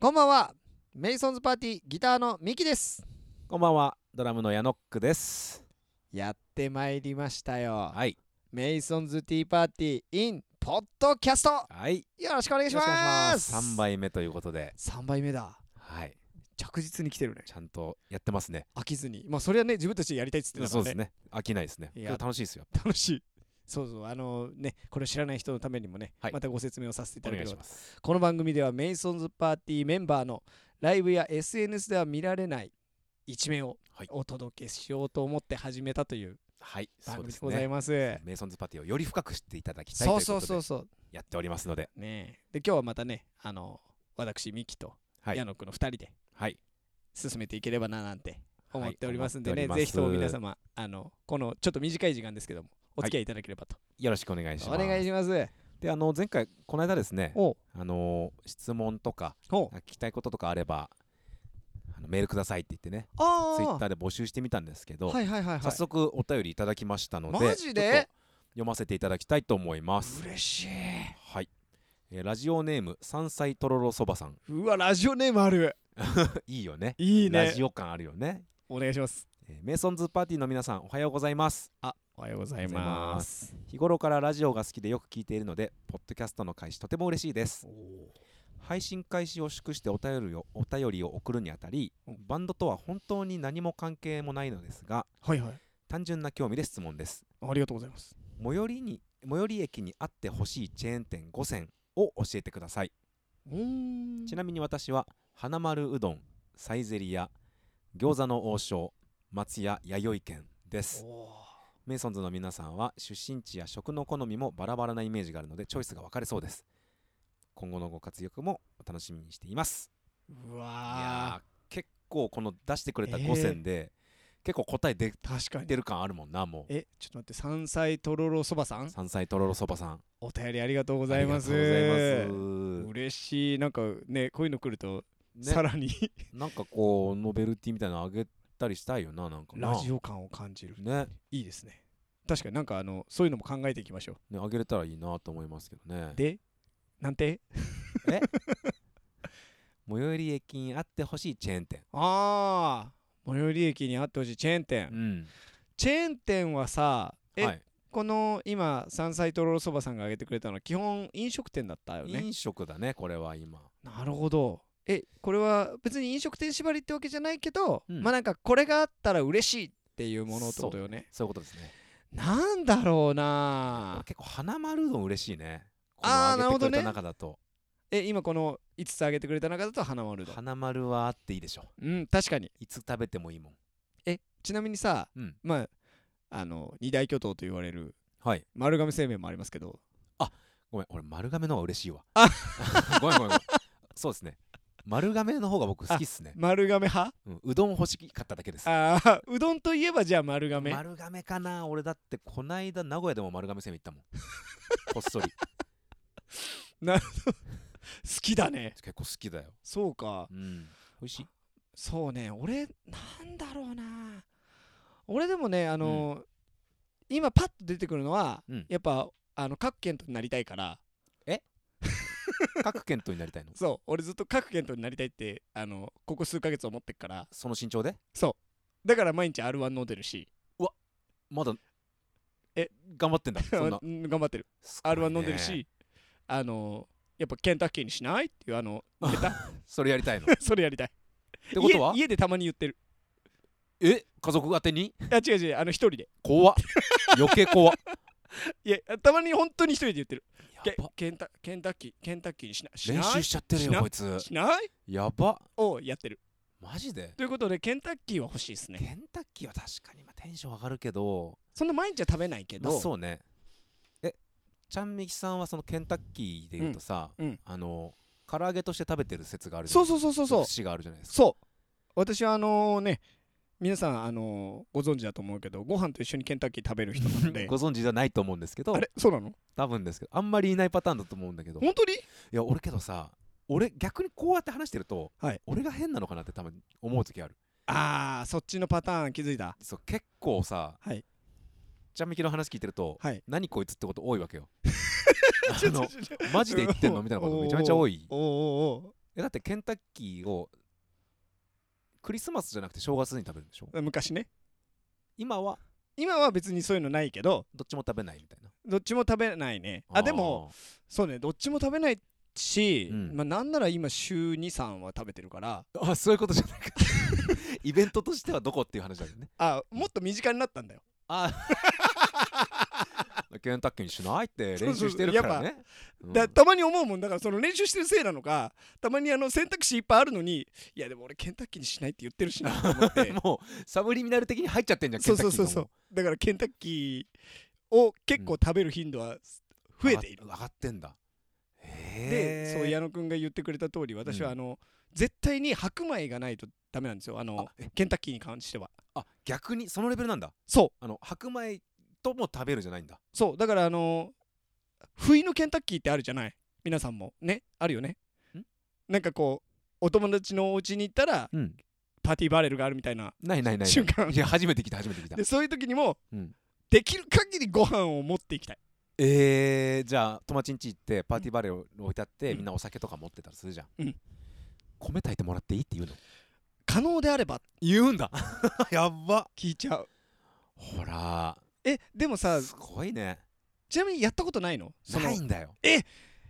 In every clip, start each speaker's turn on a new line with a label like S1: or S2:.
S1: こんばんはメイソンズパーティーギターのミキです
S2: こんばんは、ドラムのヤノックです。
S1: やってまいりましたよ
S2: はい、
S1: メイソンズティーパーティー in ポッドキャスト
S2: はい、よ
S1: よろしくお願いします
S2: 三杯目ということで、
S1: 3倍目だ
S2: はい、
S1: 着実に来てるね
S2: ちゃんとやってますね。
S1: 飽きずにまあそれはね自分たちでやりたいっつってたか
S2: そ
S1: ら
S2: うですね、飽きないですね。
S1: い
S2: い
S1: や
S2: や、楽しいですよ。
S1: 楽しいそうそうあのねこれを知らない人のためにもね、
S2: はい
S1: またご説明をさせていた
S2: お
S1: だけ
S2: 願
S1: れ
S2: い
S1: ば
S2: します。
S1: この番組ではメイソンズパーティーメンバーのライブや SNS では見られない一面を
S2: はい
S1: お届けしようと思って始めたという
S2: はい、
S1: 番
S2: そ
S1: 組
S2: うで
S1: ですござい
S2: ね。
S1: ます。
S2: メイソンズパティをより深く知っていただきたいという
S1: そう
S2: こと
S1: そう
S2: で
S1: そうそ
S2: やっておりますので、
S1: う。ねえで今日はまたねあの私ミキと
S2: はい
S1: 矢野くんの2人で
S2: はい、
S1: 進めていければななんて思っておりますんでね、
S2: はい思っております
S1: ぜひとも皆様あのこのちょっと短い時間ですけどもお付き合いいただければと、
S2: よろしくお願いします。
S1: お願いします。
S2: で、あの前回この間ですね、
S1: おう
S2: あの質問とか
S1: おう
S2: 聞きたいこととかあれば、あのメールくださいって言ってね、
S1: あ
S2: ツイッタ
S1: ー
S2: ーで募集してみたんですけど、
S1: はいはいはいは
S2: 早
S1: い。
S2: 速お便りいただきましたので
S1: マジで
S2: ちょっと読ませていただきたいと思います
S1: 嬉しい。
S2: はい、えーラジオネーム山菜とろろそばさん
S1: うわラジオネームある。
S2: いいよね
S1: いいね。
S2: ラジオ感あるよね、
S1: お願いします。
S2: えーメイソンズパーティーの皆さんおはようございます
S1: おはようござい
S2: い
S1: ま。
S2: ます日頃からラジオが好きでよく聞いているのでポッドキャストの開始とても嬉しいです配信開始を祝してお便りをお便りを送るにあたりバンドとは本当に何も関係もないのですが
S1: はいはい。
S2: 単純な興味で質問です
S1: ありがとうございます。
S2: 最寄りに最寄り駅にあってほしいチェーン店5選を教えてください
S1: うん
S2: ちなみに私は花丸うどんサイゼリヤ餃子の王将松屋弥生軒ですメイソンズの皆さんは出身地や食の好みもバラバラなイメージがあるのでチョイスが分かれそうです今後のご活躍もお楽しみにしています
S1: う
S2: いや
S1: わ
S2: ー結構この出してくれた
S1: えー
S2: 5選で、結構答え出
S1: ー確かに
S2: てる感あるもんなもう
S1: えちょっと待って山菜とろろそばさん
S2: 山菜とろろそばさん
S1: お便りありがとうご
S2: ご
S1: ざいます
S2: ありがとうございます
S1: 嬉しいなんかねこういうの来ると、
S2: ね
S1: さら に
S2: なんかこうノベルティみたいなのあげたりしたいよななんかな
S1: ラジオ感を感じる
S2: ね
S1: いいですね確かになんかあのそういうのも考えていきましょ
S2: ねあげれたらいいなと思いますけどね
S1: うでなんて
S2: 最寄り駅にあってほしいチェーン店
S1: ああ最寄り駅にあってほしいチェーン店、
S2: うん
S1: チェーン店はさえ、
S2: はい、
S1: この今山菜とろろそばさんが挙げてくれたのは基本飲食店だったよね
S2: 飲食だねこれは今
S1: なるほどえこれは別に飲食店縛りってわけじゃないけど、
S2: うん
S1: まあなんかこれがあったら嬉しいっていうものってことよね
S2: そういうことですね
S1: なんだろうな
S2: 結構花丸うどん嬉しいねこの
S1: あー
S2: あげてく
S1: なる
S2: れた
S1: ほ
S2: 中だと、
S1: え今この5つ挙げてくれた中だと花丸だ
S2: 花丸はあっていいでしょ
S1: うん確かに
S2: いつ食べてもいいもん
S1: えちなみにさ
S2: うん
S1: まああの二大巨頭と言われる
S2: はい
S1: 丸亀製麺もありますけど
S2: ごめん俺丸亀の方が嬉しいわ ごめんごめんごめんそうですね丸亀の方が僕好きっすね、
S1: 丸亀派
S2: うん、うどん欲しかっただけです
S1: ああうどんといえばじゃあ丸亀
S2: 丸亀かな俺だってこないだ名古屋でも丸亀製麺行ったもんこっそ り
S1: 好きだね
S2: 結構好きだよ
S1: そうか
S2: うん美味しい
S1: そうね俺なんだろうな俺でもねあの、今パッと出てくるのは、
S2: うん
S1: やっぱあの各県となりたいから
S2: 各県とになりたいの
S1: そう俺ずっと各県となりたいってあのここ数ヶ月思ってっから
S2: その身長で
S1: そうだから毎日 R1 飲んでるし
S2: まだ
S1: え
S2: 頑張って んだそんな
S1: うん頑張ってる
S2: すごいね
S1: R1 飲んでるしあのやっぱケンタッキーにしないっていうあ のネタ
S2: それやりたいのっ
S1: それやりたい
S2: てことは
S1: 家家でたまに言ってる
S2: え家族宛てに
S1: あ違う違うあの一人で
S2: 怖っ余 計怖っ
S1: いやたまに本当に一人で言ってる
S2: や
S1: け
S2: ば
S1: ケンタケンタッキーケンタッキーにしないし
S2: 練
S1: ない
S2: 習しちゃってる
S1: しな
S2: よこいつ
S1: しない
S2: やば
S1: をやってる
S2: マジで
S1: ということでケンタッキーは欲しいですね
S2: ケンタッキーは確かにまあテンション上がるけど
S1: そんな毎日は食べないけど、
S2: まあそうねえちゃんみきさんはそのケンタッキーでいうとさ、
S1: うんうん
S2: あの唐揚げとして食べてる説があるじゃ
S1: そ
S2: な
S1: う
S2: いです
S1: そう
S2: か
S1: そうそうそう
S2: 節があるじゃないですか
S1: そう私はあのね皆さんあのご存知だと思うけどご飯と一緒にケンタッキー食べる人なので
S2: ご存知じゃないと思うんですけど
S1: あれそうなの
S2: 多分ですけどあんまりいないパターンだと思うんだけどい
S1: 本当に
S2: や俺けどさ俺逆にこうやって話してると、
S1: はい
S2: 俺が変なのかなって多分思う時ある
S1: あーそっちのパターン気づいた
S2: そう結構さ、
S1: はい
S2: ちゃんみきの話聞いてると、
S1: はい
S2: 何こいつってこと多いわけよあ
S1: ちょっと
S2: の
S1: ちょっと
S2: マジで言ってんのみたいなことめちゃめちゃ多い
S1: おーおーお
S2: えだってケンタッキーをクリスマスじゃなくて正月に食べるんでしょ
S1: 昔ね
S2: 今は
S1: 今は別にそういうのないけど
S2: どっちも食べないみたいな
S1: どっちも食べないねあでもそうねどっちも食べないし、
S2: うん
S1: まあなんなら今週23は食べてるから
S2: あーあそういうことじゃないかイベントとしてはどこっていう話だけ どね
S1: あもっと身近になったんだよ
S2: あケンタッキーにしないって練習してるからねうん
S1: だたまに思うもんだからその練習してるせいなのかたまにあの選択肢いっぱいあるのにいやでも俺ケンタッキーにしないって言ってるしなと思って
S2: もうサブリミナル的に入っちゃってんじゃ ん
S1: そうそうそうそうだからケンタッキーを結構食べる頻度は増えている
S2: 上、が上がってんだへ
S1: で
S2: え
S1: そう矢野くんが言ってくれた通り私はあの、絶対に白米がないとダメなんですよあの
S2: あえ
S1: ケンタッキーに関しては
S2: あ逆にそのレベルなんだ
S1: そ
S2: あの白米とも食べるじゃないんだ
S1: うそうだからあの不意のケンタッキーってあるじゃない皆さんもねあるよね
S2: ん
S1: なんかこうお友達のお家に行ったら
S2: うん
S1: パーティーバレルがあるみたいな
S2: ないないないない
S1: 瞬間
S2: いや初めて来た初めて来た
S1: でそういう時にも、
S2: うん
S1: できる限りご飯を持っていきたい
S2: えー、じゃあ友達ん家行ってパーティーバレーを置いてあって、
S1: うん
S2: みんなお酒とか持ってたりするじゃん、
S1: うん
S2: 米炊いてもらっていいって言うの
S1: 可能であれば
S2: 言うんだ やっば
S1: 聞いちゃう
S2: ほら
S1: えでもさ
S2: すごいね
S1: ちなみにやったことないのその
S2: ないんだよ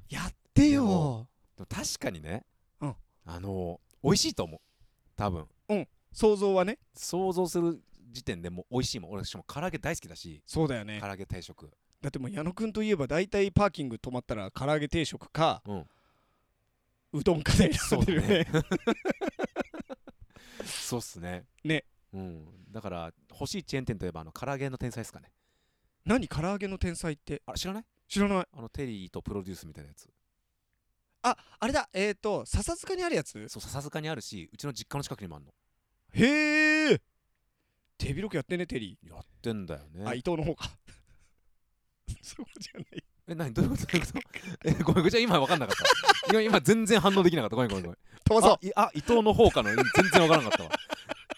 S1: やって
S2: で
S1: よ
S2: もでも確かにね、
S1: うん
S2: あのー、美味しいと思う多分
S1: 想像はね
S2: 想像する時点でもう美味しいもん俺しかも唐揚げ大好きだし
S1: そうだよね
S2: 唐揚げ定食
S1: だってもう矢野くんといえば大体パーキング止まったら唐揚げ定食か
S2: うん
S1: うどんか で選んでるよね
S2: そうっすね
S1: ね
S2: うんだから欲しいチェーン店といえばあの唐揚げの天才ですかね
S1: 何唐揚げの天才って
S2: あれ知らない
S1: 知らない
S2: あのテリーとプロデュースみたいなやつ
S1: ああれだえっ、ー、と笹塚にあるやつ
S2: そう笹塚にあるしうちの実家の近くにもあるの
S1: へえ手広くやってねテリ
S2: やってんだよ
S1: ーあ伊
S2: ね
S1: 藤の方か そうじゃない
S2: え何どういうことどう いうことえごめんごめんじゃあ今分かんなかったいや今全然反応できなかったごめんごめんごめん
S1: 飛ばそう
S2: あいあ伊藤の方かの全然分からなかったわ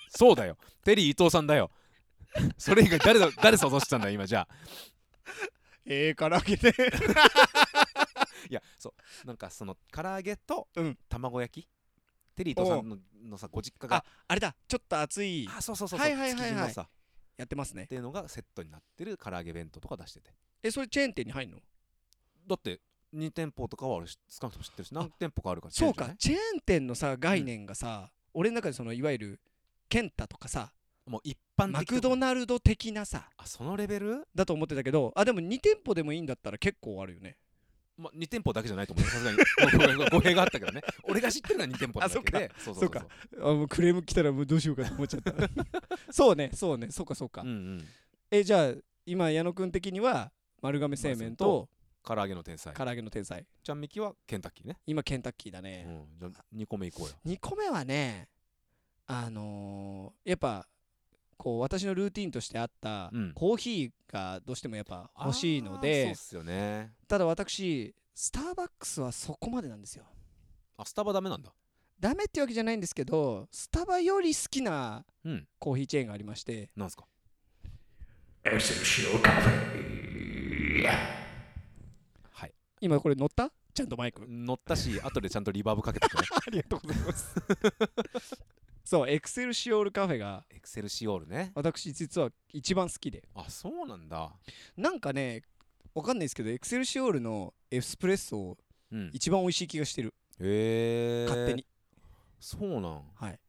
S2: そうだよテリー伊藤さんだよそれ以外誰だ誰想像してたんだよ今じゃあ
S1: ええ唐揚げね
S2: いやそうなんかその唐揚げと
S1: うん
S2: 卵焼き、テリー伊藤さんののさご実家が
S1: あれだちょっと熱い
S2: あそうそうそうそう
S1: はいはいはいはい
S2: 築地のさっ
S1: やってますね
S2: ていうのがセットになってる唐揚げ弁当とか出してて
S1: えそれチェーン店に入んの
S2: だって2店舗とかは俺し少なくとも知ってるし何店舗かあるから
S1: そう
S2: チェー
S1: か
S2: ンじ
S1: チェーン店のさ概念がさ、俺の中でそのいわゆるケンタとかさ
S2: ゃないもう一般的
S1: マ
S2: ってこ
S1: ク
S2: と
S1: ドナルド的なさ
S2: あそのレベル、
S1: だと思ってたけどあでも2店舗でもいいんだったら結構あるよね
S2: まあ、2店舗だけじゃないと思うよさすがにごめんごめん語弊があったけどね俺が知ってるのは2店舗なだけでそう
S1: っかあもうクレーム来たらもうどうしようかと思っちゃった そうねそうねそうかそうか、
S2: うんうん
S1: えじゃあ今矢野くん的には丸亀製麺と
S2: 唐揚げの天才
S1: 唐揚げの天才
S2: ちゃんみきはケンタッキーね、
S1: 今ケンタッキーだね、
S2: うん、じゃあ2個目いこうよ
S1: 2個目はねあのーやっぱこう私のルーティンとしてあった、
S2: うん
S1: コーヒーがどうしてもやっぱ欲しいので
S2: あーそうっすよね
S1: ただ私スターバックスはそこまでなんですよ
S2: あスタバダメなんだ
S1: ダメってわけじゃないんですけどスタバより好きな
S2: うん
S1: コーヒーチェーンがありまして
S2: なんすか
S3: Essential Cafe.
S2: はい
S1: 今これ乗ったちゃんとマイク
S2: 乗ったし後でちゃんとリバーブかけてくね
S1: ありがとうございますそうエクセルシオールカフェが
S2: エクセルシオールね
S1: 私実は一番好きで
S2: あそうなんだ
S1: なんかねわかんないですけどエクセルシオールのエスプレッソ
S2: うん
S1: 一番美味しい気がしてる
S2: へえ
S1: 勝手に
S2: そうなん
S1: はい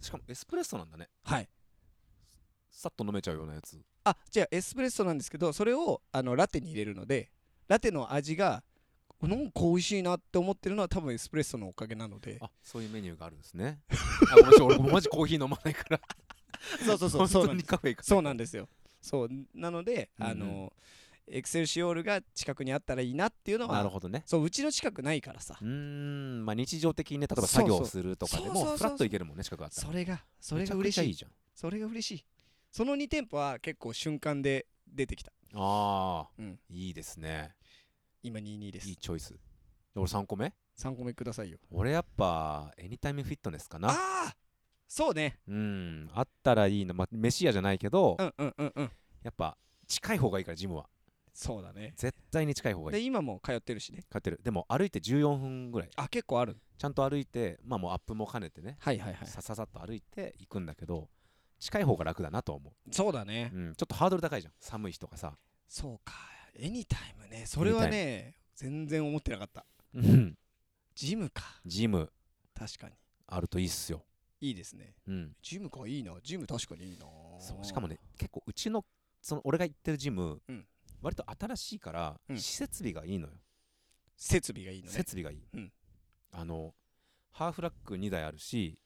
S2: しかもエスプレッソなんだね
S1: はい
S2: さっと飲めちゃうようなやつ
S1: あじゃあエスプレッソなんですけどそれをあのラテに入れるのでラテの味がなんか美味しいなって思ってるのは多分エスプレッソのおかげなので
S2: あそういうメニューがあるんですね あごめんなさい俺マジコーヒー飲まないから
S1: そうそう
S2: 本
S1: そう
S2: 当
S1: なん
S2: に
S1: です
S2: カフェ行く
S1: そうなんですよそうなので、
S2: うんうん
S1: あのエクセルシオールが近くにあったらいいなっていうの
S2: なる
S1: は
S2: ほどね
S1: そううちの近くないからさ
S2: うーんまあ日常的にね例え
S1: そ
S2: ば
S1: うそう
S2: 作業するとかで
S1: そうそうそ
S2: も
S1: う
S2: フラッといけるもんね近くあったら
S1: それがそれが
S2: め
S1: 嬉
S2: ちゃ
S1: し
S2: くちゃい
S1: い
S2: いじゃん
S1: それが嬉しいその2店舗は結構瞬間で出てきた
S2: ああ、
S1: うん
S2: いいですね
S1: 今22です
S2: いいチョイスで俺3個目
S1: 3個目くださいよ
S2: 俺やっぱエニタイムフィットネスかな
S1: ああそうね
S2: うんあったらいいなまあ飯屋じゃないけど、
S1: うんうんうんうん
S2: やっぱ近い方がいいからジムは
S1: そうだね
S2: 絶対に近い方がい
S1: で
S2: い
S1: 今も通ってるしね
S2: 買ってるでも歩いて14分ぐらい
S1: あ結構ある
S2: ちゃんと歩いてまあもうアップも兼ねてね
S1: はいはいはい
S2: さささっと歩いていくんだけど近い方が楽だなとは思
S1: そうだね
S2: う、うん、ちょっとハードル高いじゃん寒い日とかさ
S1: そうかエニタイムねそれはね全然思ってなかった
S2: うん
S1: ジムか
S2: ジム
S1: 確かに
S2: あるといいっすよ、
S1: いいですね
S2: うん、
S1: ジムかいいなジム確かにいいな
S2: そうしかもね結構うちのその俺が行ってるジム、
S1: うん
S2: 割と新しいから、
S1: うん
S2: 施設備がいいのよ
S1: 設備がいいのね
S2: 設備がいい、
S1: うん
S2: あのハーフラック2台あるし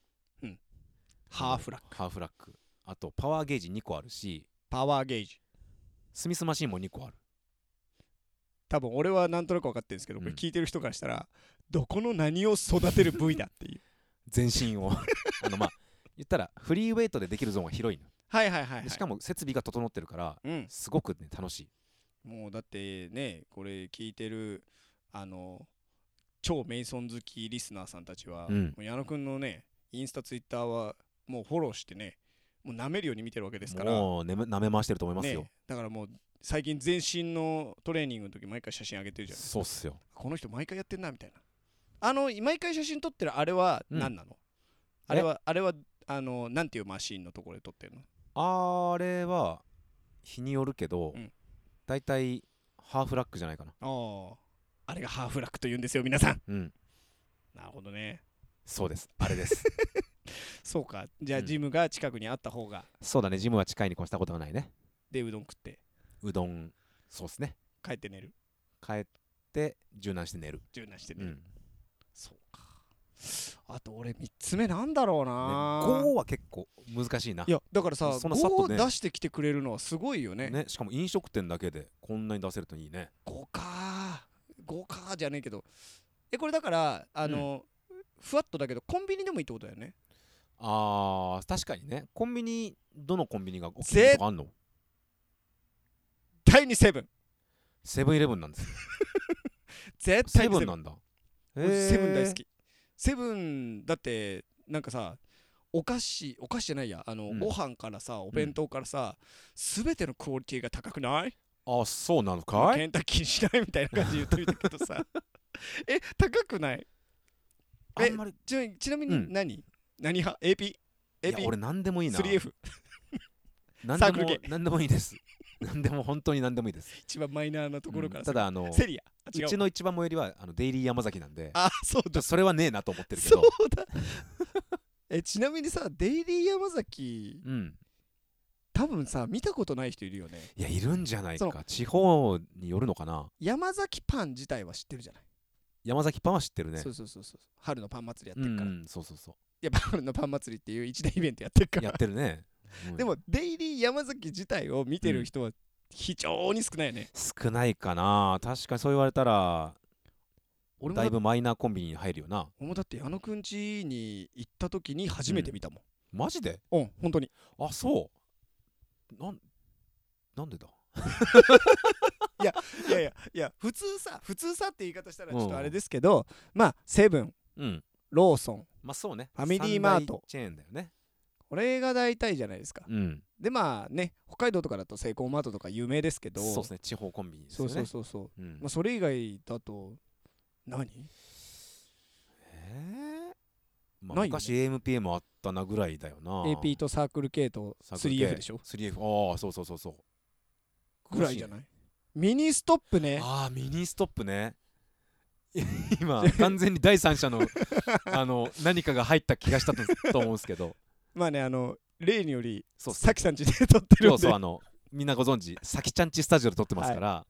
S1: ハーフラック
S2: クハーフラックあとパワーゲージ2個あるし
S1: パワーゲージ
S2: スミスマシンも2個ある
S1: 多分俺はなんとなく分かってるんですけど、
S2: うん
S1: これ聞いてる人からしたらどこの何を育てる部位だっていう
S2: 全身を あのまあ言ったらフリーウェイトでできるゾーンは広いの、
S1: はいはいはい、は
S2: でしか
S1: も、
S2: も設備が整ってるから
S1: うん、
S2: すごくね楽しい
S1: もうだってねこれ聞いてるあの超メイソン好きリスナーさんたちは、
S2: うん
S1: もう矢野くんのねインスタツイッターはもうフォローしてねもう舐めるように見てるわけですから
S2: もうね舐め回してると思いますよ、
S1: ね、だからもう最近全身のトレーニングの時毎回写真上げてるじゃん
S2: そうっすよ
S1: この人毎回やってんなみたいなあの毎回写真撮ってるあれは
S2: うん
S1: 何なの、あれはあれはあのなんていうマシーンのところで撮ってるの
S2: あれは日によるけど、
S1: うん
S2: だいたいハーフラックじゃないかな
S1: あああれがハーフラックと言うんですよ皆さん
S2: うん
S1: なるほどね
S2: そうですあれです
S1: そうかじゃあ
S2: うん
S1: ジムが近くにあった方が
S2: そうだねジムは近いに越したことがないね
S1: でうどん食って
S2: うどんそうっすね
S1: 帰って寝る
S2: 帰って柔軟して寝る、
S1: 柔軟して
S2: う
S1: 寝
S2: ん
S1: る、
S2: ね、
S1: そうかあと俺3つ目なんだろうな、
S2: 5は結構難しいない
S1: やだからさ
S2: そんなさっ
S1: 5を
S2: とね
S1: 出してきてくれるのはすごいよね
S2: ね、しかも飲食店だけでこんなに出せるといいね
S1: 5か5かじゃねえけどえこれだからあの、ふわっとだけどコンビニでもいいってことだよね
S2: あー確かにねコンビニどのコンビニがお気
S1: ぜ
S2: に入りとかあんの
S1: 第2セブン
S2: セブンイレブンなんですよ
S1: 絶対に
S2: セブ
S1: セブン
S2: ンなんだ
S1: 俺セブン大好
S2: き
S1: きセブンだってなんかさお菓子お菓子じゃないやあの、
S2: うん
S1: ご飯からさお弁当からさ、全てのクオリティが高くない、
S2: あそうなのかい
S1: ケンタッキーにしないみたいな感じで言ってみたけどさ え高くない
S2: あんまり
S1: ちなみにちなみ
S2: う
S1: に
S2: ん
S1: 何、何派 AP
S2: いや
S1: AP
S2: 俺何でもいいな
S1: 3F
S2: 何
S1: サ
S2: で
S1: ークル
S2: も
S1: 系
S2: 何でもいいです 何でも本当に何でもいいです
S1: 一番マイナーなところか
S2: う
S1: ら
S2: んた
S1: さ、
S2: だあの
S1: セリアあ違う
S2: うちの一番最寄りはあのデイリー山崎なんで
S1: あそう
S2: ちょ
S1: だ
S2: それはねえなと思ってるけ
S1: そ
S2: ど
S1: うだ えちなみにさデイリー山崎
S2: うん
S1: 多分さ見たことない人いるよね
S2: いやいるんじゃない
S1: そ
S2: か地方によるのかな
S1: 山崎パン自体は知ってるじゃない、
S2: 山崎パンは知ってるね
S1: そうそうそうそう春のパン祭りや
S2: う
S1: って
S2: ん
S1: るから、
S2: うんそうそうそ
S1: やっぱ春のパン祭りっていう一大イベントやってるか
S2: うや
S1: ら
S2: ってるねうん
S1: でもデイリー山崎自体を見てる人は非常に少ないよね、
S2: 少ないかな確かにそう言われたら
S1: 俺も
S2: だ
S1: だ
S2: いぶマイナーコンビニに入るよな
S1: 俺もだって矢野くん家に行った時に初めて見たも
S2: マジで
S1: んうん、本当に
S2: あそうなんなんでだ
S1: いやいやいや普通さ普通さって言い方したらちょっとあれですけど、まあセブン
S2: うん
S1: ローソン
S2: まあそうね
S1: ファミリーマート
S2: 三大チェーンだよね
S1: これが大体じゃないですか、
S2: うん
S1: でまあね北海道とかだとセイコーマートとか有名ですけど
S2: そうですね地方コンビニです
S1: そ
S2: よ
S1: う
S2: ね
S1: そうそうそう、
S2: うん
S1: まあ、それ以外だと何
S2: えーまあ
S1: ないよね
S2: 昔 AMPM あったなぐらいだよな
S1: AP とサークル系と
S2: サークル系
S1: 3F でしょ
S2: 3F ああそうそうそうそう
S1: ぐらいじゃないミニストップね
S2: ああミニストッ プね今完全に第三者のあの何かが入った気がしたとと思うんです けど
S1: まあねあの例により
S2: そうっす
S1: さきさんちで撮ってる
S2: そ
S1: んで
S2: うそうあのみんなご存知さきちゃんちスタジオで撮ってますから、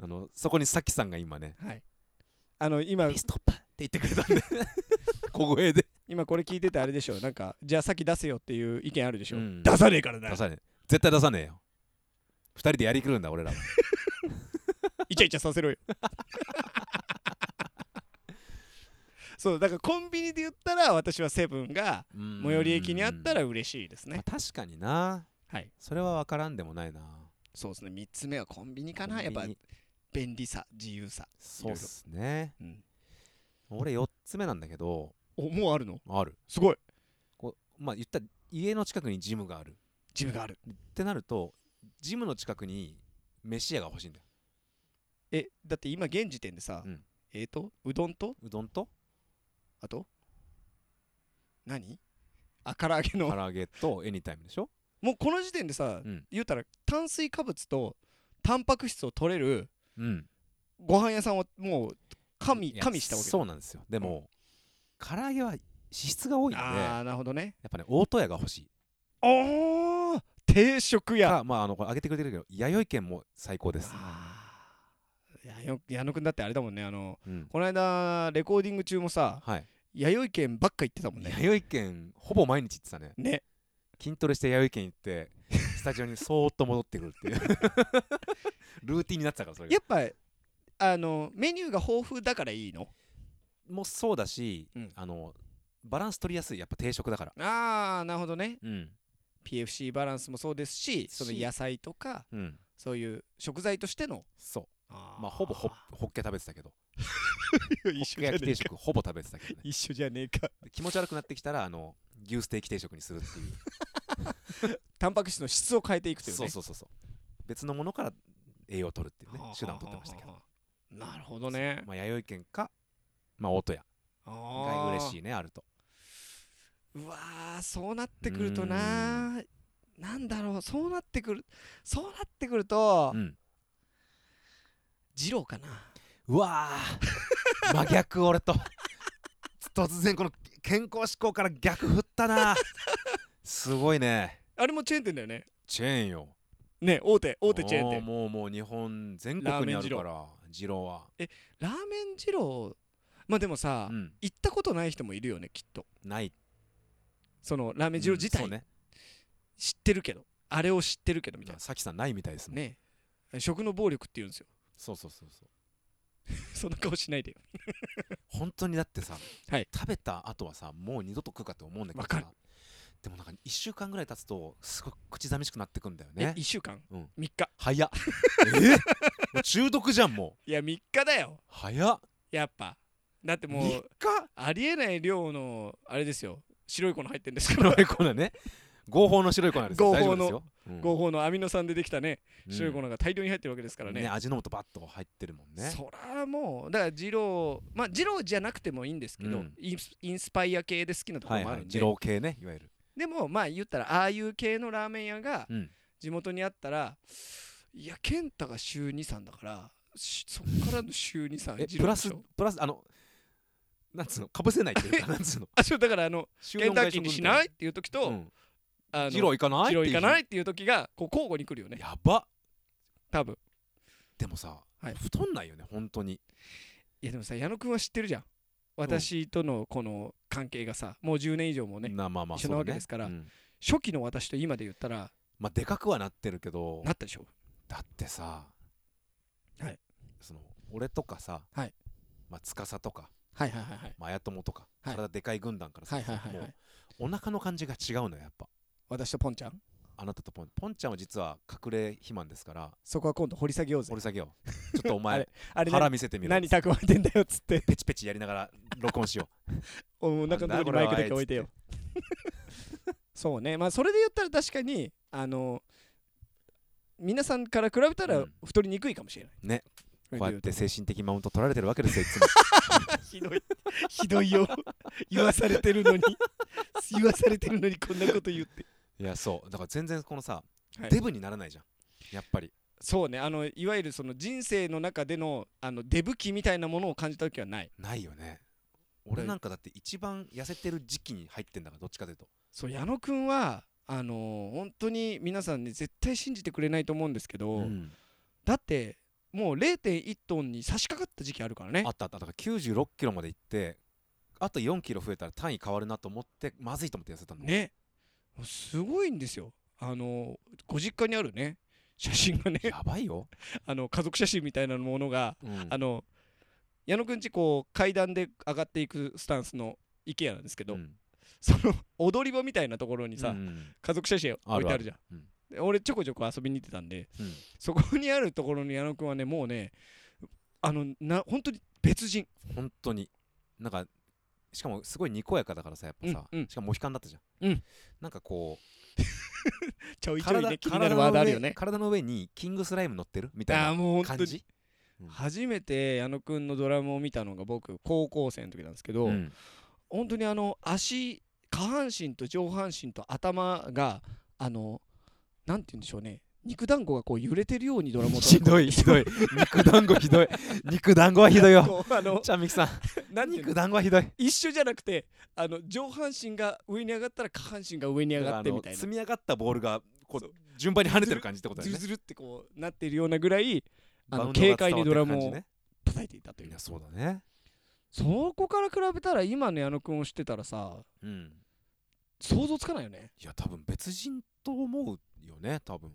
S2: あのそこにさきさんが今ね
S1: はいあの今
S2: ミニストップって言ってくれたん で小声で
S1: 今これ聞いててあれでしょなんかじゃあ先出せよっていう意見あるでしょ、
S2: うん
S1: 出さねえからな
S2: 出さねえ絶対出さねえよ二人でやりくるんだ俺らは
S1: イチャイチャさせ ろよそうだからコンビニで言ったら私はセブンが
S2: うん
S1: 最寄り駅にあったら嬉しいですね
S2: まあ、確かにな
S1: はい
S2: それは分からんでもないな
S1: そうですね3つ目はコンビニかな
S2: コン
S1: やっ
S2: ビニ
S1: ぱ便利さ自由さ、
S2: そうっすね
S1: うん、
S2: 俺4つ目なんだけど
S1: おもうあるの
S2: ある
S1: すごい
S2: こうまあ言ったら家の近くにジムがある
S1: ジムがある
S2: ってなるとジムの近くに飯屋が欲しいんだよ
S1: えだって今現時点でさ、
S2: うん
S1: えっ、とうどんと
S2: うどんと
S1: あと何あ唐揚げ
S2: 唐
S1: の
S2: 揚げとエニタイムでしょ
S1: もうこの時点でさ、
S2: うん
S1: 言うたら炭水化物とタンパク質を取れる
S2: うん
S1: ご飯屋さんはもう神
S2: いや
S1: 神したわけだ
S2: そうなんですよでも、唐揚げは脂質が多いので
S1: あ
S2: や
S1: あなるほどね
S2: っぱね大戸屋が欲しい
S1: おー定食屋
S2: かまああのこれ上げてくれてるけど弥生県も最高です、
S1: あーいやよ矢野くんだってあれだもんねあの
S2: うん
S1: この間レコーディング中もさ
S2: はい、
S1: 弥生県ばっか行ってたもんね
S2: 弥生県ほぼ毎日行ってたね
S1: ね
S2: 筋トレして弥生県行ってスタジオにそーっと戻ってくるっていう ルーティンになってたからそれが
S1: やっぱあのメニューが豊富だからいいの
S2: もうそうだし、
S1: うん
S2: あのバランス取りやすいやっぱ定食だから
S1: ああなるほどね
S2: うん
S1: PFC バランスもそうですしその
S2: し
S1: 野菜とか
S2: うん
S1: そういう食材としての
S2: そう
S1: あー
S2: まあほぼホッホッケ食べてたけど
S1: 一
S2: ホッ
S1: 緒
S2: ケ
S1: じゃね
S2: 焼き定
S1: えか
S2: 食ほぼ食べてたけどね
S1: 一緒じゃねえか
S2: で気持ち悪くなってきたらあの牛ステーキ定食にするっていう
S1: タンパク質の質を変えていくというね
S2: そうそうそうそう別のものから栄養を取るっていうね
S1: はあ
S2: 手段を取ってましたけど
S1: はあはあなるほどね
S2: まあ弥生県かまあ大戸屋が嬉し
S1: い
S2: いねあると
S1: うわーそうなってくるとななんだろうそうなってくるそうなってくると、
S2: うん
S1: 二郎かな
S2: うわー真逆俺と突然この健康志向から逆振ったなすごいね
S1: あれもチェーン店だよね
S2: チェーンよ
S1: ね大手大手チェーン
S2: もう
S1: 店
S2: もうもう日本全国にあるから二郎は
S1: ラーメン二郎まあでもさ、
S2: うん
S1: 行ったことない人もいるよねきっと
S2: ない
S1: そのラーメン二郎自体
S2: うんそうね
S1: 知ってるけど、あれを知ってるけどみたい
S2: まあさきさんないみたいです
S1: な
S2: もん
S1: ね食の暴力って言うんですよ
S2: そうそうそうそう
S1: そんな顔しないでよ
S2: 本当にだってさ、
S1: はい
S2: 食べた後はさもう二度と食うかと思うんだけどさ
S1: わか
S2: でもなんか1週間ぐらい経つとすごく口寂しくなってくんだよ
S1: え
S2: ね
S1: 1週間、
S2: うん
S1: 3日
S2: 早っえもう中毒じゃんもう
S1: いや3日だよ
S2: 早っ
S1: やっぱだっても
S2: 3
S1: う
S2: 日
S1: ありえない量のあれですよ白い粉入ってんですか
S2: 白
S1: ら
S2: い粉ね合法の白い粉ですよ
S1: 合法の
S2: 大丈夫ですよ、うん
S1: 合法のアミノ酸でできたね
S2: うん
S1: 白い粉が大量に入ってるわけですからね,、
S2: ね味の素バッと入ってるもんね
S1: そりゃもうだから二郎まあ二郎じゃなくてもいいんですけど、
S2: うん
S1: インスインスパイア系で好きなとこ
S2: は
S1: ろ
S2: い
S1: もあ
S2: は
S1: る
S2: い
S1: んで、
S2: 二郎系ねいわゆる
S1: でもまあ言ったらああいう系のラーメン屋が
S2: うん
S1: 地元にあったらいや健太が週23だからしそっからの週
S2: え
S1: 23
S2: プラスプラスあのなんつうのかぶせないっ ていうかなんつうの
S1: あそうだからあのケンタッキーにしないっていう時と、
S2: うん
S1: あの
S2: 二郎行かない
S1: 二郎行かないいっていう時がこう交互に来るよね
S2: やば
S1: 多分
S2: でもさ、
S1: はい
S2: 太んないよね本当に
S1: いやでもさ矢野くんは知ってるじゃん私とのこの関係がさもう10年以上もね、
S2: なまあまあ
S1: 一緒な
S2: そうだね
S1: わけですから
S2: うん
S1: 初期の私と今で言ったら
S2: まあでかくはなってるけど
S1: なったでしょ
S2: だってさ、
S1: はい
S2: その俺とかさ、
S1: はい
S2: まあ司とか、
S1: はいはいはいはい
S2: まあ、綾友とか、
S1: はい
S2: 体でかい軍団からさ、
S1: はいはいはいはい
S2: も
S1: う
S2: お腹の感じが違うのよやっぱ
S1: 私とポンちゃん
S2: あなたとポンポンちゃんは実は隠れ肥満ですから
S1: そこは今度掘り下げようぜ
S2: 掘り下 げようちょっとお
S1: あ
S2: 前
S1: れあれ
S2: 腹
S1: 何
S2: 見せてみろ
S1: 何蓄えてんだよっつって
S2: ペチペチやりながら録音しよ
S1: お腹のとこにマイクだけ置いてよ そうねまあそれで言ったら確かにあの皆さんから比べた
S2: う
S1: ら
S2: ん
S1: 太りにくいかもしれない、
S2: ね うこうやって
S1: そ
S2: 精神的マウント取られてるわけですよいつ も
S1: れで言うと ひどいひどいよ 言わされてるのに 言わされてるのにこんなこと言って
S2: いやそうだから全然このさ、
S1: はい
S2: デブにならないじゃんやっぱり
S1: そうねあのいわゆるその人生の中でのあのデブ期みたいなものを感じた時はない
S2: ないよね
S1: だ
S2: 俺
S1: い
S2: なんかだって一番痩せてる時期に入ってんだからどっちかというと
S1: そう矢野くんはあの本当に皆さんね絶対信じてくれないと思うんですけど、
S2: うん
S1: だってもう0.1トンに差し掛かった時期あるからね
S2: あったあっただから9 6キロまで行ってあと4キロ増えたら単位変わるなと思ってまずいと思って痩せたの
S1: ねもうすごいんですよあのご実家にあるね写真がね
S2: やばいよ、
S1: あの家族写真みたいなものが、
S2: うん
S1: あの矢野くんちこう階段で上がっていくスタンスの IKEA なんですけど、
S2: うん
S1: その踊り場みたいなところにさ、
S2: うん
S1: 家族写真置いてあるじゃん
S2: あるあるうん
S1: で俺ちょこちょこ遊びに行ってたんで
S2: うん
S1: そこにあるところに矢野くんはねもうねあのな本当に別人
S2: 本当になんかしかもすごいにこやかだからさやっぱさ、
S1: うんうん
S2: しかもモヒカンだったじゃん、
S1: うん
S2: なんかこ
S1: ちょ
S2: う
S1: いちょいね気になる
S2: 体
S1: ワードあ
S2: の
S1: る
S2: 上
S1: よね
S2: 体の上にキングスライム乗ってるみたい
S1: ああ
S2: な
S1: ーもう本
S2: 感
S1: 当に
S2: じうん
S1: 初めて矢野くんのドラムを見たのが僕高校生の時なんですけど、
S2: うん
S1: 本当にあの足下半身と上半身と頭があのなんて言うんでしょうね肉団子がこう揺れてるようにドラムを
S2: ひどいひどい肉団子ひどい肉団子はひどいよ
S1: こうあの
S2: じゃあミキさん
S1: なんていうの
S2: 肉団子はひどい
S1: 一緒じゃなくてあの上半身が上に上がったら下半身が上に上
S2: だから
S1: が
S2: あ
S1: って
S2: の
S1: みたいな
S2: 積み上がったボールがこ
S1: そう
S2: 順番に跳ねてる感じってことだ
S1: ズ
S2: よ
S1: ル
S2: ね
S1: ズルってこうなってるようなぐらいあの
S2: バウンドが伝わって
S1: 軽
S2: る
S1: 快にドラムを
S2: 感じね
S1: 叩いていたとい
S2: いうやそうだね
S1: そこから比べたら今の矢野くんを知ってたらさ
S2: うん
S1: 想像つかないよね
S2: いや多分別人と思うよね多分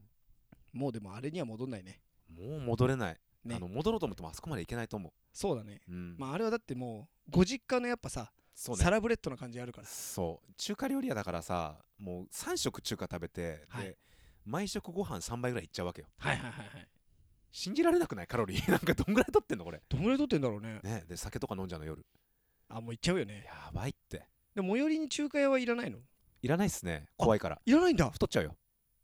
S1: もうでもあれには戻んないね
S2: もう戻れない、
S1: ね
S2: あの戻ろうと思ってもあそこまでいけないと思
S1: そうだね
S2: う、うん
S1: まああれはだってもうご実家のやっぱさ、
S2: そうね
S1: サラブレッドな感じあるから
S2: そう中華料理屋だからさもう3食中華食べて、
S1: はい
S2: で毎食ご飯3杯ぐらいいっちゃうわけよ
S1: はいはいはいはい
S2: 信じられなくないカロリー なんかどんぐらい取ってんのこれ
S1: どんぐらい取ってんだろうね
S2: ねで酒とか飲んじゃうの夜
S1: あもう行っちゃうよね
S2: やばいって
S1: でも最寄りに中華屋はいらないの
S2: いらないっすね怖いから
S1: いらないんだ
S2: 太っちゃうよ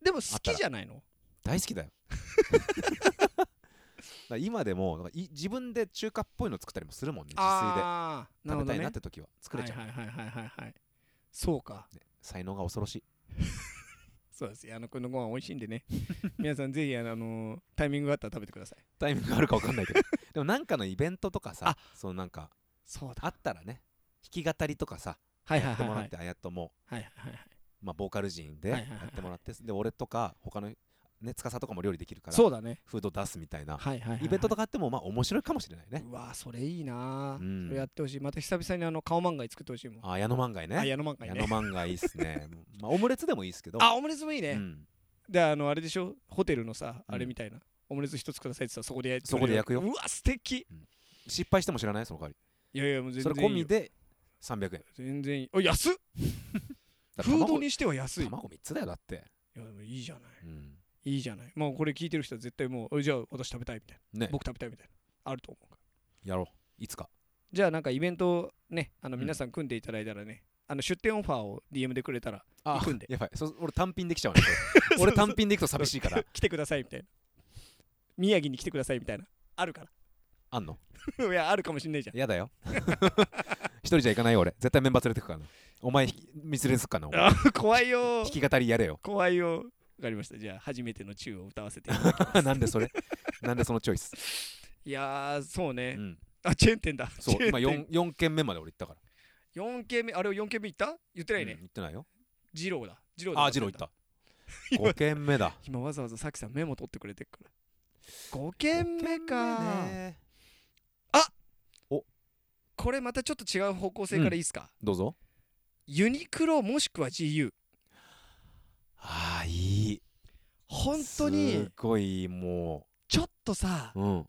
S1: でも好きじゃないの
S2: 大好きだ よだから今でもなんかい自分で中華っぽいの作ったりもするもんね自炊で
S1: ああなるほ
S2: 食べ
S1: ど
S2: たい
S1: ね
S2: なって時は作れちゃう、
S1: はいはいはいはいはいはいそうか
S2: ね才能が恐ろしい
S1: そうです矢野くんのご飯美味しいんで ね皆さんぜひあのあのタイミングがあったら食べてください
S2: タイミングがあるか分かんないけどでもなんかのイベントとかさ
S1: あ
S2: そのなんか
S1: そう
S2: あったらね弾き語りとかさ
S1: はいはい
S2: やっ
S1: は
S2: て
S1: い
S2: も
S1: は
S2: ら
S1: い
S2: ってあやっとも
S1: はいはいはい。
S2: まあボーカル陣で
S1: は
S2: や
S1: いはいはいはい
S2: ってもらってで俺とか他のね司とかも料理できるから
S1: そうだね。
S2: フード出すみたいな
S1: はいはいはいはい、
S2: イベントとかあってもまあ面白いかもしれないね
S1: うわーそれいいなー、
S2: うん
S1: それやってほしい。また久々にあの顔漫画作ってほしいもん。
S2: あ矢野漫画
S1: あ、
S2: ね
S1: 矢野漫画
S2: 矢
S1: ね
S2: 野。漫画いいっすね まあオムレツでもいいですけど
S1: あ、オムレツもいいうね。
S2: ん
S1: で、あの、あれでしょホテルのさ、
S2: うん
S1: あれみたいな。オムレツ一つくださいって言ったらそこで焼いて
S2: そこで焼くよ
S1: うわ、素敵
S2: 失敗しても知らないその代わ
S1: いやいや、もう
S2: り
S1: 全
S2: そ
S1: 然
S2: れ
S1: いい
S2: 込
S1: よ
S2: みで300円
S1: 全然いい。あ、安っ
S2: だか
S1: フ
S2: ら
S1: ード
S2: 卵
S1: にしては安い。い
S2: 卵3つだよだって
S1: や、でもいいじゃない。
S2: うん
S1: いいじゃない。もうこれ聞いてる人は絶対もう、おじゃあ私食べたいみたい
S2: ね
S1: な。僕食べたいみたいな。あると思うから。
S2: やろういつか
S1: じゃあなんかイベントね、あの
S2: うん
S1: 皆さん組んでいただいたらね、あの出店オファーを DM でくれたら
S2: あ
S1: 行くんで
S2: やばいそ俺単品できちゃうね これ俺単品で行くと寂しいから
S1: 来てくださいみたいな宮城に来てくださいみたいなあるか
S2: あんの
S1: ら いやあるかもしんないじゃん
S2: やだよ 一人じゃ行かないよ俺絶対メンバー連れてくからなお前ひ密連すっからなお前
S1: あ怖いよ
S2: 弾き語りやれよ
S1: 怖いよわかりましたじゃあ初めての「宙」を歌わせていただきます
S2: なんでそれなんでそのチョ イス、
S1: いやーそう
S2: う
S1: ね、
S2: ん、
S1: あチェーン店だ
S2: そう
S1: チェーン
S2: 今
S1: 店
S2: 4, 4軒目まで俺行ったから
S1: 4軒目あれを4軒目行った言ってないね、
S2: うん行ってないよ
S1: 二郎だ二郎だ
S2: ああジロ ー行った5軒目だ
S1: 今わざわざさきさんメモ取ってくれてるから5軒目か
S2: 五軒目ね
S1: これまたちょっと違う方向性からいいっすか、
S2: どうぞ
S1: ユニクロもしくは GU
S2: ああいい
S1: 本当に
S2: すごいも
S1: ちょっとさ、
S2: ううん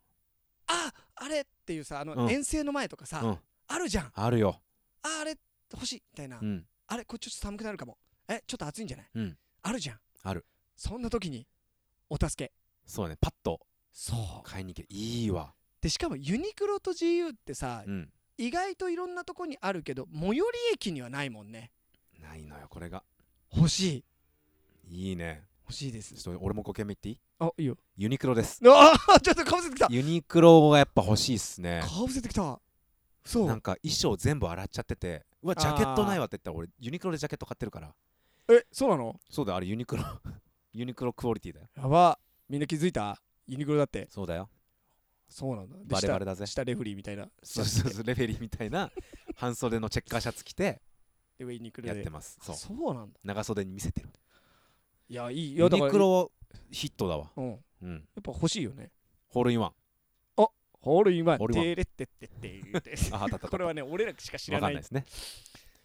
S1: ああれっていうさあの、
S2: うん
S1: 遠征の前とかさ、
S2: うん
S1: あるじゃん
S2: あるよ
S1: ああれ欲しいみたいな、
S2: うん
S1: あれこれちょっと寒くなるかもえちょっと暑いんじゃない、
S2: うん
S1: あるじゃん
S2: ある
S1: そんな時にお助け
S2: そうだねパッと
S1: そう
S2: 買いに行けいいわ
S1: でしかもユニクロと GU ってさ、
S2: うん
S1: 意外といろんなとこにあるけど最寄り駅にはないもんね
S2: ないのよこれが
S1: 欲しい
S2: いいね
S1: 欲しいです
S2: ちょっと俺も5軒目行っていい
S1: あいいよ
S2: ユニクロです
S1: ああちょっとかぶせてきたか
S2: ユニクロがやっぱ欲しいっすね
S1: ぶせてきたそ
S2: なん
S1: う
S2: か衣装全部洗っちゃっててうわ
S1: あー
S2: ジャケットないわって言ったら俺ユニクロでジャケット買ってるから
S1: えそうなの
S2: そうだよあれユニクロ ユニクロクオリティだよ
S1: やばみんな気づいたユニクロだって
S2: そうだよ
S1: そうなんだで
S2: バレバレだぜ
S1: 下下レフリーみたいな
S2: そうそうそうレフェリーみたいな半袖のチェッカーシャツ着て
S1: でユニクロ
S2: やっ
S1: で
S2: てますそう
S1: そうなんだ
S2: 長袖に見せてる
S1: いやいいい
S2: ユ
S1: やだから
S2: ニクロヒットだわ
S1: うんや
S2: うん
S1: っぱ欲しいよね
S2: ホールインワン
S1: ホールインワン
S2: ホールインワ
S1: テ
S2: ン
S1: レッテッテッテ言うて
S2: あ当たった
S1: これ
S2: わ
S1: はね俺らしか知
S2: か
S1: ら
S2: んな
S1: ないい
S2: ですね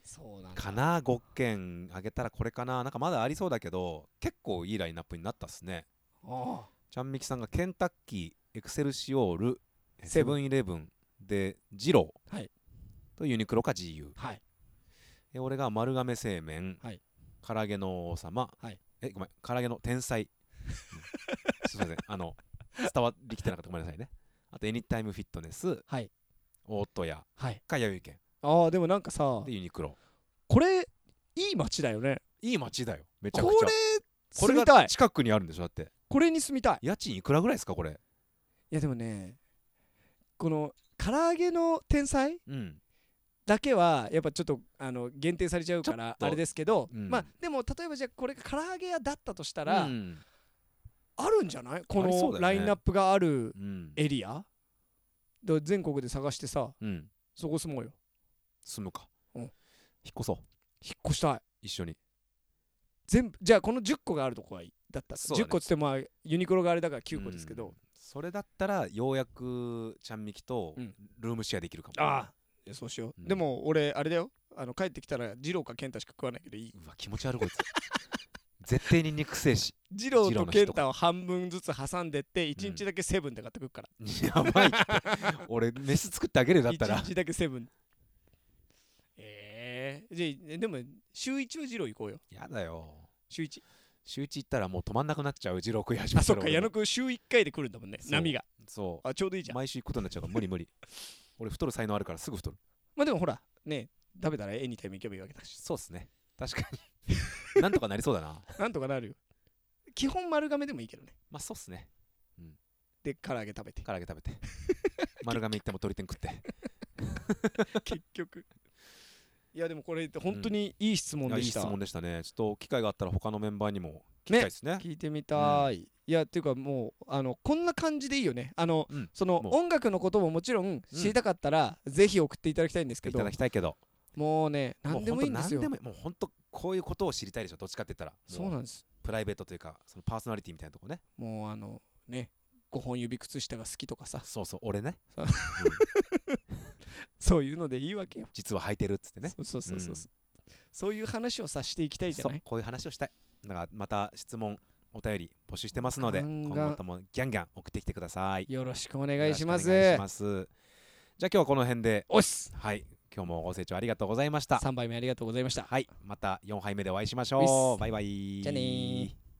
S1: そうなんだ
S2: かな5件あげたらこれかななんかまだありそうだけど結構いいラインナップになったっすね
S1: あ
S2: ちゃんみきさんがケンタッキー、エクセルシオール、え
S1: セ
S2: セ
S1: ブ
S2: ブンイレブンで、ジロー、
S1: はい
S2: とユニクロか GU。
S1: あはい
S2: え俺が丸亀製麺、
S1: はい
S2: 唐揚げの王様、
S1: はい
S2: え、ごめん、唐揚げの天才。 うんすいません、あの、伝わりきてなかった。ごめんなさいね。あと、エニタイムフィットネス、
S1: はい
S2: 大戸屋
S1: はい
S2: か弥生県
S1: ああでもなんかさ
S2: でユニクロ。
S1: これいい街だよね
S2: いい街だよ、めちゃく
S1: こ
S2: ちゃ
S1: れ。
S2: こ
S1: 住み
S2: れ
S1: た
S2: が
S1: い
S2: 近くにあるんでしょだって
S1: これに住みたい
S2: 家賃いくらぐらいですかこれ
S1: いやでもねこの唐揚げの天才
S2: うん
S1: だけはやっぱちょっとあの限定されちゃうか
S2: ちょ
S1: ら
S2: っと
S1: あれですけど、
S2: うん
S1: まあでも例えばじゃあこれが唐揚げ屋だったとしたら、
S2: うん
S1: あるんじゃないこ
S2: ありそうだよ
S1: の
S2: ね
S1: ラインナップがある
S2: うん
S1: エリア、だから全国で探してさ
S2: うん
S1: そこ住もうよ
S2: 住むか、
S1: うん
S2: 引っ越そう
S1: 引っ越したい
S2: 一緒に
S1: 全部じゃあこの10個があるとこはいいだったら、
S2: そうだ
S1: 10
S2: ね
S1: 個っつってもまあユニクロがあれだから9個ですけど、
S2: うんそれだったらようやくちゃんみきと
S1: うん
S2: ルームシェアできるかも、
S1: ああそうしよう、
S2: うん
S1: でも俺あれだよあの帰ってきたら二郎か健太しか食わないけどいいう
S2: わ気持ち悪いこいつ 絶対に肉せえし
S1: 二郎
S2: 二郎
S1: と
S2: の
S1: 健
S2: 人
S1: 太を半分ずつ挟んでって1日だけセブンで買ってくるから、
S2: やばいって俺飯作ってあげるよだったら
S1: 1日だけセブンええじゃあでも週1は二郎行こうよ
S2: やだよ
S1: 週1
S2: 週一行ったらもう止まんなくなっちゃう二郎食い始め
S1: あ
S2: た
S1: そ
S2: ら
S1: っか
S2: 俺
S1: 矢
S2: も
S1: 野くん週1回で来るんだもんね
S2: そう
S1: 波が
S2: そ
S1: あちょうどいいじ
S2: う
S1: ゃん
S2: 毎週行くことになっちゃうから無理 無理俺太る才能あるからすぐ太る
S1: まあでもほらね食べたらエニタイム行けばいいわけだし
S2: そうっすね確か になんとかなりそうだな
S1: なんとかなるよ基本丸亀でもいいけどね
S2: まあそうっすね
S1: で唐揚げ食べて
S2: 唐揚げ食べて丸亀行っても鶏天食って
S1: 結局いやでもこれ本当にいい質問
S2: いや
S1: で
S2: いい
S1: し
S2: 質
S1: た、
S2: 問でしたねちょっと機会があったら他のメンバーにも聞きたいですね
S1: 聞いてみたい、いやっていうかもうあのこんな感じでいいよねあの、
S2: うん
S1: その
S2: もう
S1: 音楽のことももちろん知りたかったら、ぜひ送っていただきたいんですけ
S2: い
S1: ど
S2: ただきたいけど
S1: もうね何でもいいんですよ
S2: もうほと何でもいいもう本当こういうことを知りたいでしょどっちかって言ったら
S1: そうなんんです
S2: プライベートというかそのパーソナリティみたいなとこね
S1: もうあのね5本指靴下が好きとかさ
S2: そうそう俺ね、
S1: そう
S2: うん
S1: そういうのでいいわけよ、
S2: 実は履いてるっつってね
S1: そうそうそうそう、そういう話をさしていきたいじゃ
S2: そう
S1: ない
S2: こういう話をしたいだからまた質問お便り募集してますので
S1: ガン
S2: 今
S1: ガン
S2: 後ともギャンギャン送ってきてください
S1: よろしくお願
S2: よろ
S1: い
S2: く
S1: します
S2: お願いしますじゃあ今日はこの辺で
S1: おっす
S2: はい今日もご清聴ありがとうございました
S1: 3杯目ありがとうございました
S2: はいまた4杯目でお会いしまし
S1: ういっ
S2: ょう
S1: す
S2: バイバイ
S1: じゃあねー